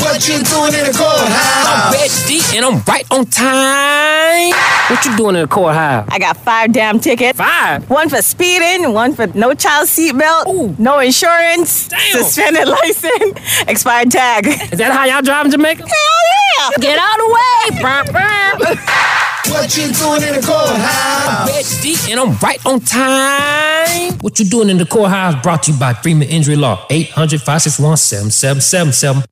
What you doing in the courthouse? I'm Best D and I'm right on time. What you doing in the courthouse? I got five damn tickets. Five. One for speeding, one for no child Ooh. seatbelt, no insurance, Damn. suspended license, expired tag. Hell Is that how y'all drive in Jamaica? yeah! Get out of the way. Brr, brr. What you doing in the courthouse? Best D and I'm right on time. What you doing in the courthouse brought to you by Freeman Injury Law. 800 561 7777.